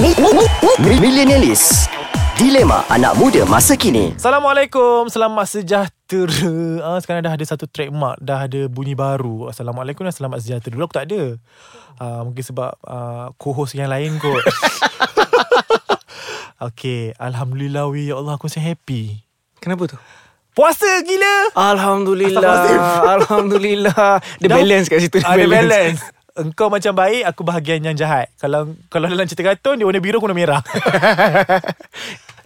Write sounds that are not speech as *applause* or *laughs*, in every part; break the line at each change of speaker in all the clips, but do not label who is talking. Mi- mi- mi- mi- Millenialis Dilema anak muda masa kini
Assalamualaikum, selamat sejahtera. Ah, sekarang dah ada satu trademark, dah ada bunyi baru. Assalamualaikum dan selamat sejahtera. Dulu aku tak ada. Ah, mungkin sebab ah, co-host yang lain kot. *laughs* okay, Alhamdulillah weh. Ya Allah, aku rasa happy.
Kenapa tu?
Puasa gila!
Alhamdulillah Alhamdulillah Dia
Dah-
balance kat situ
Ada balance. balance. Engkau macam baik, aku bahagian yang jahat. Kalau kalau dalam cerita kartun, dia warna biru, aku warna merah.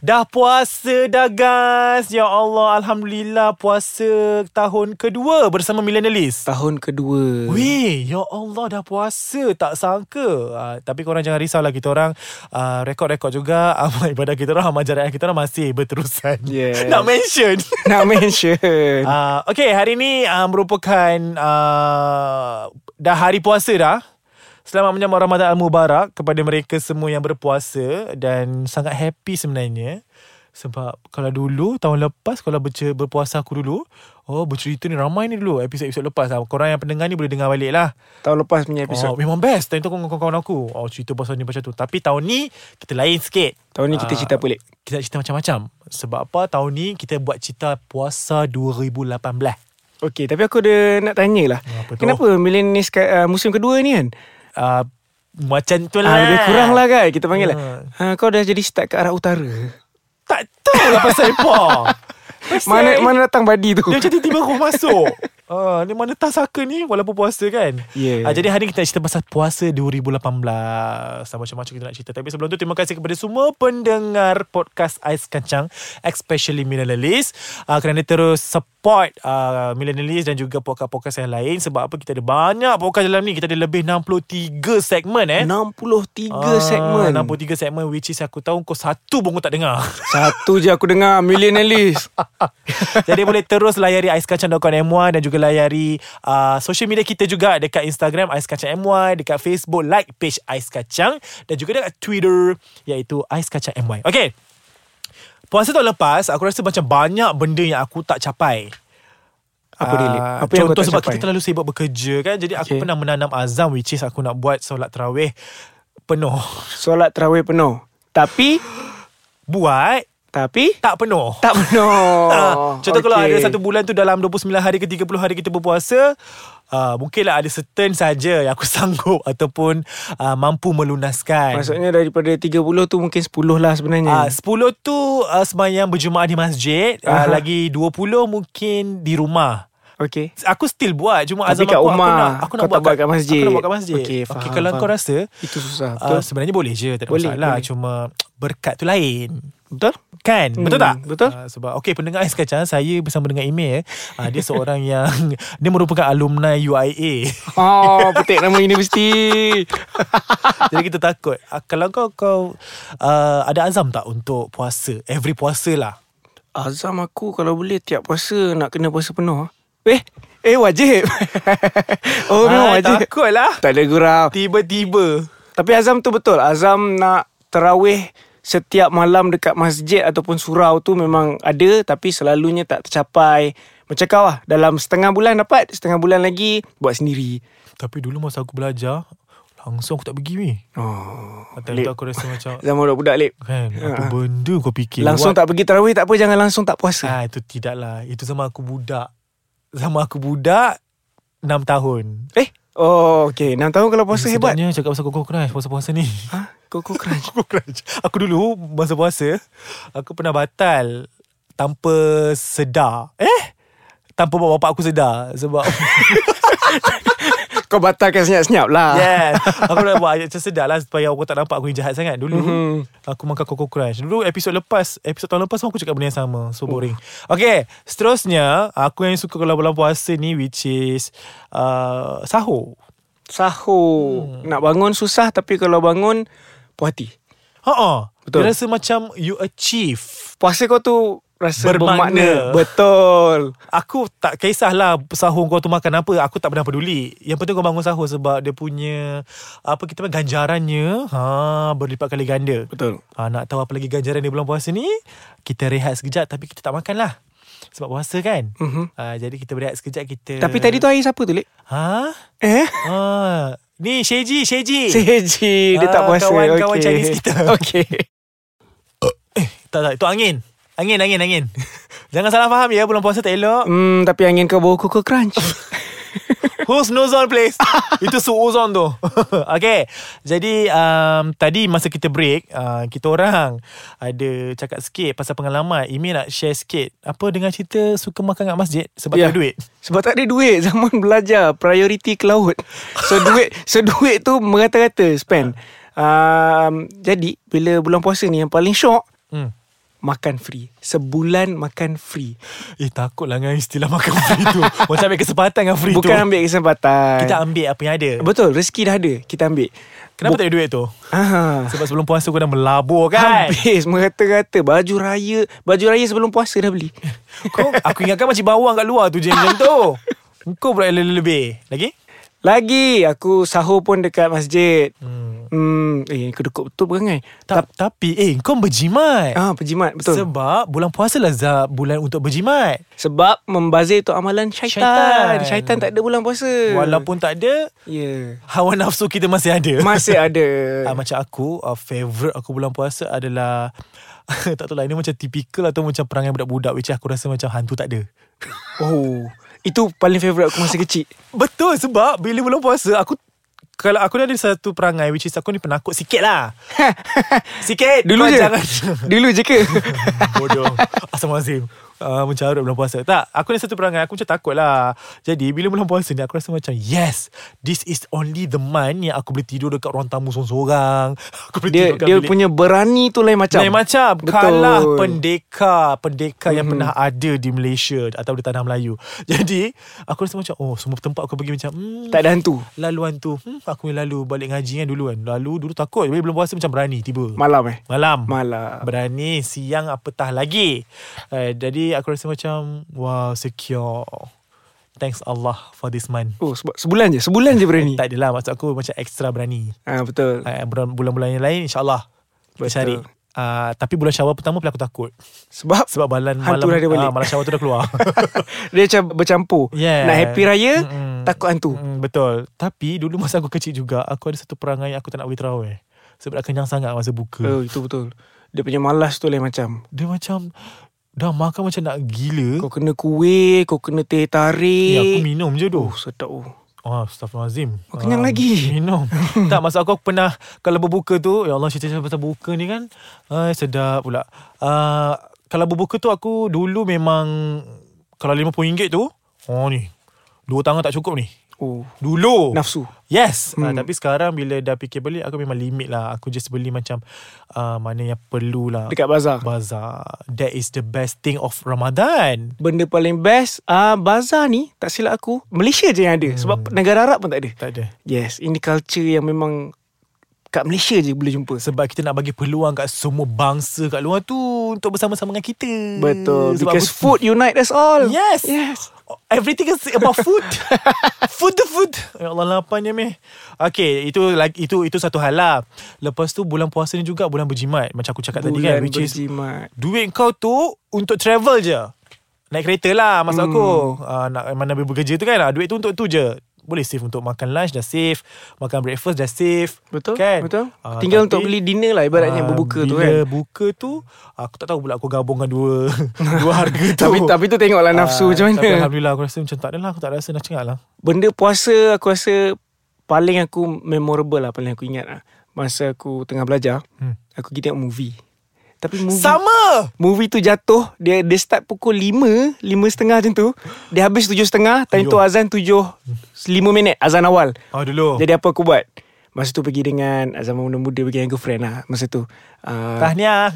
Dah puasa dah guys. Ya Allah, Alhamdulillah puasa tahun kedua bersama Millennialist.
Tahun kedua
Weh, ya Allah dah puasa tak sangka. Uh, tapi korang jangan risaulah kita orang uh, rekod-rekod juga *laughs* amal ibadah kita orang, amal jariah kita orang masih berterusan.
Yes.
Nak mention.
Nak mention
Uh, okay, hari ni uh, merupakan uh, dah hari puasa dah. Selamat menyambut Ramadan Al-Mubarak kepada mereka semua yang berpuasa dan sangat happy sebenarnya. Sebab kalau dulu tahun lepas kalau berce- berpuasa aku dulu, oh bercerita ni ramai ni dulu episod-episod lepas. Lah. Korang yang pendengar ni boleh dengar balik lah.
*laughs* Tahun lepas
Oh,
punya episod
memang best. Time tu aku dengan kawan-kawan aku. Oh, cerita pasal ni macam tu. Tapi tahun ni kita lain sikit.
Tahun ni kita
Ah,
cerita pelik
Kita nak cerita macam-macam. Sebab apa tahun ni kita buat cerita puasa 2018.
Okey tapi aku ada nak tanya lah
Apa tu?
Kenapa Millennials uh, musim kedua ni kan
Uh, macam tu lah.
ah, Lebih kurang lah kan Kita panggil lah
Ha.
ah, Kau dah jadi start ke arah utara
Tak tahu lah pasal apa. Pasal
*laughs* Mana mana datang badi tu
Dia macam tiba-tiba aku masuk. Ah, ni mana tas saka ni walaupun puasa kan.
Yeah.
Ah, jadi hari ni kita nak cerita pasal puasa 2018. Sama macam macam kita nak cerita. Tapi sebelum tu terima kasih kepada semua pendengar podcast Ais Kacang especially Millennialist uh, kerana terus support uh, Millennialist dan juga podcast-podcast yang lain sebab apa kita ada banyak podcast dalam ni. Kita ada lebih 63 segmen eh.
63
Ah,
segmen
63 segmen which is aku tahu kau satu pun kau tak dengar. *laughs*
Satu je aku dengar *laughs* Millennials
*laughs* Jadi boleh terus layari aiskacang.com.my dan juga layari uh, social media kita juga dekat Instagram aiskacang.my, dekat Facebook like page Ais Kacang dan juga dekat Twitter iaitu aiskacang.my. Okay. Puasa tahun lepas aku rasa macam banyak benda yang aku tak capai.
Apa dia Lip?
Ah,
Apa yang kau
Contoh
tak
sebab
capai?
kita terlalu sibuk bekerja kan Jadi aku
Okay.
pernah menanam azam Which is aku nak buat solat terawih Penuh *laughs*
Solat terawih penuh Tapi
Buat
Tapi
Tak penuh
Tak penuh
Ah, Contoh okay. kalau
Okey.
ada satu bulan tu dalam 29 hari ke 30 hari kita berpuasa uh, Mungkinlah ada certain saja yang aku *laughs* sanggup Ataupun uh, mampu melunaskan
Maksudnya daripada 30 tu mungkin 10 lah
Ah,
sebenarnya
10 tu uh, semayang berjemaah di masjid uh,
Aha.
Lagi 20 mungkin di rumah
Okay
Aku still buat Cuma
Tapi
azam
kat
aku,
rumah,
aku nak, aku nak
kau tak buat kat masjid.
Aku nak buat kat masjid
Okey, faham,
Kalau
faham.
kau rasa
Itu susah Betul,
uh, Sebenarnya boleh je Tak ada
Boleh,
masalah
boleh.
Cuma berkat tu lain
betul?
Kan
Hmm,
Betul tak?
betul.
Ah, Sebab Okay pendengar Ais Kacang Saya bersama dengan Emil eh. Ah, Dia seorang yang *laughs* Dia merupakan alumni UIA
Oh petik nama universiti
*laughs*
*laughs*
Jadi kita takut Ah, Kalau kau kau uh, Ada azam tak untuk puasa? Every puasa lah
Azam aku kalau boleh tiap puasa nak kena puasa penuh Eh Eh wajib *laughs* Oh
Ah,
memang wajib
Takut lah
Tak ada gurau
Tiba-tiba
Tapi Azam tu betul Azam nak terawih Setiap malam dekat masjid Ataupun surau tu memang ada Tapi selalunya tak tercapai Macam kau lah Dalam setengah bulan dapat Setengah bulan lagi Buat sendiri
Tapi dulu masa aku belajar Langsung aku tak pergi weh
Oh
Time tu aku rasa macam
*laughs* Zaman budak-budak lip
Kan Apa
Ah.
benda kau fikir
Langsung tak pergi terawih tak apa Jangan langsung tak puasa
ah, Itu tidak lah Itu sama aku budak Sama aku budak 6 tahun
Eh Oh okay 6 tahun kalau puasa
Eh,
hebat
sedapnya cakap pasal Coco Crunch Puasa-puasa ni
Ha? Koko crunch *laughs*
Coco Crunch Aku dulu Masa puasa Aku pernah batal Tanpa sedar Eh Tanpa buat bapak aku sedar Sebab
Kau batalkan senyap-senyap lah
Yes Aku nak buat macam sedar lah Supaya orang tak nampak Aku yang jahat sangat Dulu mm-hmm. Aku makan Coco Crunch Dulu episod lepas Episod tahun lepas pun Aku cakap benda yang sama So boring Okay Seterusnya Aku yang suka kalau bulan puasa ni Which is uh, Sahur
Sahur Nak bangun susah Tapi kalau bangun Puas hati
Ha-ha. Dia
Betul.
rasa macam You achieve
Puasa kau tu Rasa
Bermakna.
bermakna, Betul
Aku tak kisahlah sahur kau tu makan apa Aku tak pernah peduli Yang penting kau bangun sahur sebab dia punya Apa kita panggil ganjarannya ha, Berlipat kali ganda
Betul
ha, Nak tahu apa lagi ganjaran di bulan puasa ni Kita rehat sekejap tapi kita tak makan lah Sebab puasa kan
Mhm.
ha, Jadi kita berehat sekejap kita
*laughs* Tapi tadi tu air siapa tu Lip?
Ha?
Eh?
ha Ni Sheji, Sheji.
Seji Dia
Ah,
tak puasa
kawan-kawan
Okey.
Chinese kita.
*laughs*
Eh,
Okey
Tak tak, itu angin. Angin, angin, angin. *laughs* Jangan salah faham ya, bulan puasa tak elok.
Hmm, tapi angin kau bawa Coco
*laughs*
Crunch
Who's knows on
*laughs*
please? itu suuzon tu. *laughs* okay. Jadi um, tadi masa kita break, uh, kita orang ada cakap sikit pasal pengalaman. Imi nak share sikit. Apa dengan cerita suka makan kat masjid sebab yeah. tak
Ya.
ada duit?
Sebab tak ada duit *laughs* Zaman belajar Priority ke laut
*laughs*
So duit So duit tu merata-rata Spend um, Jadi Bila bulan puasa ni Yang paling syok
Hmm.
Makan free Sebulan makan free
Eh takut lah dengan istilah makan free
*laughs*
tu Macam ambil kesempatan dengan free tu
Bukan ambil kesempatan
Kita ambil apa yang ada
Betul Rezeki dah ada Kita ambil
Kenapa tak ada duit tu?
Ah.
Sebab sebelum puasa kau dah melabur kan
Habis merata-rata Baju raya Baju raya sebelum puasa dah beli
kau, Aku ingatkan macam bawang kat luar tu je macam
*laughs*
tu Kau pula lebih-lebih Lagi?
Lagi Aku sahur pun dekat masjid Hmm, hmm. Eh kedekut betul perangai
Ta- tapi eh kau berjimat
Ah, Penjimat betul
Sebab bulan puasa lah Zab Bulan untuk berjimat
Sebab membazir tu amalan syaitan.
Syaitan.
Syaitan, syaitan tak ada bulan puasa.
Walaupun tak ada
ya
Hawa nafsu kita masih ada *laughs*
yeah. masih ada.
uh, Macam aku uh, Favourite aku bulan puasa adalah *laughs* Tak tahu lah Ini macam typical Atau macam perangai budak-budak Which is aku rasa macam hantu tak ada
oh, itu paling favorite aku masa
*laughs*
kecil.
Betul sebab bila bulan puasa aku kalau aku ni ada satu perangai which is aku ni penakut sikit lah. sikit.
Dulu
Kau
je.
Jangan. *laughs*
*laughs* Dulu je ke?
Bodoh. Assalamualaikum. Uh, mencarut bulan puasa Tak Aku ni satu perangai Aku macam takut lah Jadi bila bulan puasa ni Aku rasa macam Yes This is only the month Yang aku boleh tidur Dekat ruang tamu seorang-seorang *laughs* Aku boleh
dia
tidur kat
dia
bilik
punya berani tu lain macam.
Lain macam
Betul.
Kalah pendekar Pendekar mm-hmm. yang pernah ada Di Malaysia Atau di tanah Melayu *laughs* Jadi Aku rasa macam Oh semua tempat aku pergi macam hmm,
Tak ada hantu.
laluan tu hmm, Aku yang lalu balik ngaji kan dulu kan Lalu dulu takut Bila belum puasa macam berani tiba
Malam eh.
Malam Ah.
Malam.
Berani siang apatah lagi uh, Jadi aku rasa macam Wow secure Thanks Allah for this month
Oh, sebab sebulan je. Sebulan je berani.
Tak adalah maksud aku macam extra berani
Ah, betul.
uh, Bulan-bulan yang lain insyaAllah Kita
Betul.
cari uh, Tapi bulan syawal pertama pula aku takut
Sebab
Sebab balan
Hantu
malam
dah ada balik.
ah, Malam syawal tu dah
*laughs*
keluar
dia macam bercampur.
Yeah.
Nak happy raya,
Mm-mm.
takut hantu.
Mm, betul. Tapi dulu masa aku kecil juga, aku ada satu perangai yang aku tak nak pergi terawih. Sebab dah kenyang sangat masa buka. Uh.
Oh, itu betul. Dia punya malas tu lain macam.
Dia macam, dah makan macam nak gila.
Kau kena kuih, kau kena teh tarik.
Ya, aku minum je tu.
Oh, sedap oh.
Ah, Astaghfirullahalazim. Ah,
Oh, kenyang lagi. *laughs*
Minum. tak, masa aku pernah kalau berbuka tu, ya Allah cerita pasal buka ni kan. Ai, sedap pula. Uh, kalau berbuka tu aku dulu memang kalau RM50 tu, oh ni. Dua tangan tak cukup ni.
Oh.
Dulu.
Nafsu.
Yes hmm. uh, Tapi sekarang bila dah fikir beli Aku memang limit lah Aku just beli macam uh, Mana yang perlu lah
Dekat bazar.
Bazar That is the best thing of Ramadan
Benda paling best ah uh, bazar ni tak silap aku Malaysia je yang ada hmm. sebab negara Arab pun tak ada.
Tak ada
Yes, ini culture yang memang kat Malaysia je boleh jumpa.
Sebab kita nak bagi peluang kat semua bangsa kat luar tu Untuk bersama-sama dengan kita
Betul.
Sebab
Because
aku-
food unite us all.
Yes Oh,
Yes.
Everything is about
*laughs*
food Food to food Ya Allah lapannya meh Okay itu, lagi- itu itu satu hal lah Lepas tu bulan puasa ni juga Bulan berjimat Macam aku cakap tadi kan
Bulan
Which is
berjimat.
Duit kau tu Untuk travel je Naik kereta lah Maksud aku
Hmm.
uh, nak, Mana boleh bekerja tu kan ah, Duit tu untuk tu je Boleh save untuk makan lunch Dah save Makan breakfast dah save
Betul?
kan?
Betul?
Ah,
Tinggal
tapi,
untuk beli dinner lah ibaratnya
ah,
berbuka tu
bila
kan.
buka tu ah, Aku tak tahu pula Aku gabungkan
*laughs*
dua Dua harga tu
Tapi tapi tu tengoklah
Ah,
nafsu macam
Tapi
mana.
Alhamdulillah aku rasa macam tak adalah Aku tak rasa nak cengak lah
Benda puasa aku rasa paling aku memorable lah paling aku ingat lah. Masa aku tengah belajar,
Hmm.
hmm. aku pergi tengok movie. Tapi movie
Sama
Movie tu jatuh Dia dia start pukul 5 5.30 macam tu Dia habis 7.30 Time
Ayuh.
tu azan 7 5 minit Azan awal
Oh dulu
Jadi apa aku buat Masa tu pergi dengan Azan muda-muda Pergi dengan girlfriend lah Masa tu uh,
Tahniah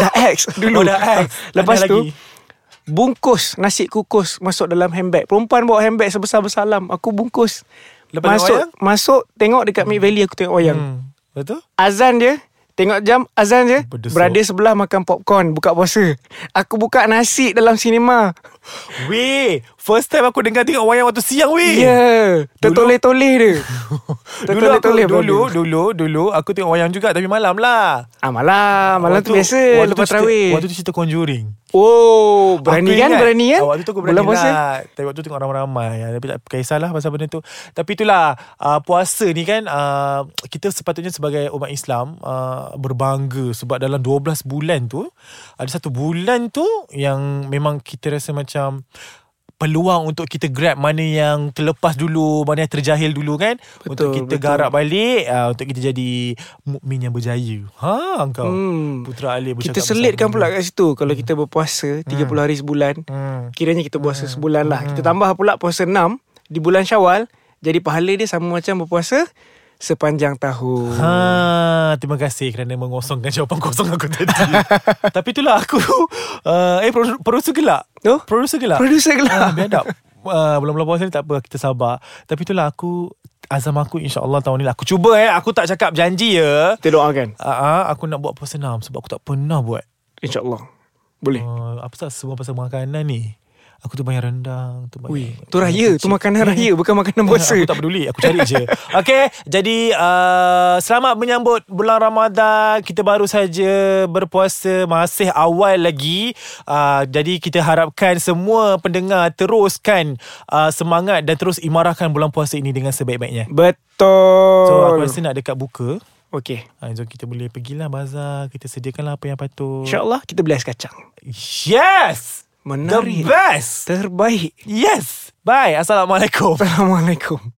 Dah ex *laughs*
*laughs*
dulu Ah,
Oh, dah ex.
Lepas
Tahniah
tu
lagi.
Bungkus Nasi kukus Masuk dalam handbag Perempuan bawa handbag Sebesar-besar salam Aku bungkus
Lepas
Masuk
tengok
Masuk Tengok dekat Mid Valley Aku tengok wayang
hmm. Betul?
Azan dia Tengok jam Azan je
Berdesuk.
Berada sebelah makan popcorn Buka puasa Aku buka nasi dalam sinema
Weh First time aku dengar tengok wayang waktu siang
Ya
weh
yeah. Tertoleh-toleh
*laughs*
dia
Dulu Eh. aku,
Tertoleh-toleh
dulu,
berada.
dulu, dulu aku tengok wayang juga tapi malam lah.
Ah malam Malam tu biasa
waktu
Lepas
cerita-
terawih
Waktu tu cerita Conjuring.
Oh,
Aku
berani kan?
ingat,
Berani kan?
ah, Waktu tu aku berani
Bulan puasa?
lah Tapi waktu tu tengok ramai-ramai ah, Tapi tak kisahlah pasal benda tu Tapi itulah uh, Puasa ni kan uh, Kita sepatutnya sebagai umat Islam uh, Berbangga Sebab dalam 12 bulan tu Ada satu bulan tu Yang memang kita rasa macam peluang untuk kita grab mana yang terlepas dulu mana yang terjahil dulu kan betul, untuk kita
betul.
betul. garap balik uh, untuk kita jadi mukmin yang berjaya ha engkau
Hmm.
putra Ali bercakap
Kita
besar
selitkan
benda.
pula kat situ. Kalau kita berpuasa 30 hari sebulan,
hmm.
kiranya kita puasa sebulan lah. Kita tambah pula puasa 6 di bulan Syawal, jadi pahala dia sama macam berpuasa sepanjang tahun.
Ha, terima kasih kerana mengosongkan jawapan kosong aku
*laughs*
tadi. Tapi itulah aku uh, eh produ- producer gelak.
Oh?
Producer gelak.
Producer gelak.
Ah, biadab. Uh, bulan-bulan puasa ni tak apa kita sabar. Tapi itulah aku azam aku insya-Allah tahun ni lah. Aku cuba eh aku tak cakap janji ya.
Kita doakan.
Ah, uh, aku nak buat puasa enam sebab aku tak pernah buat.
InsyaAllah. Boleh.
Uh, apa tak semua pasal makanan ni. Aku tu bayar rendang, tu bayar.
Ui, tu raya, tu makanan
*laughs*
raya bukan makanan puasa.
Ya, Aku tak peduli Aku cari je Okay Jadi uh, Selamat menyambut Bulan Ramadan Kita baru saja Berpuasa Masih awal lagi uh, Jadi kita harapkan Semua pendengar Teruskan uh, Semangat Dan terus imarahkan Bulan puasa ini Dengan sebaik-baiknya
Betul.
So aku rasa nak dekat buka
Okey.
uh, So kita boleh pergilah bazar Kita sediakanlah apa yang patut
InsyaAllah kita belas kacang.
Yes The
Menarik.
best
Terbaik.
Yes Bye Assalamualaikum
Assalamualaikum.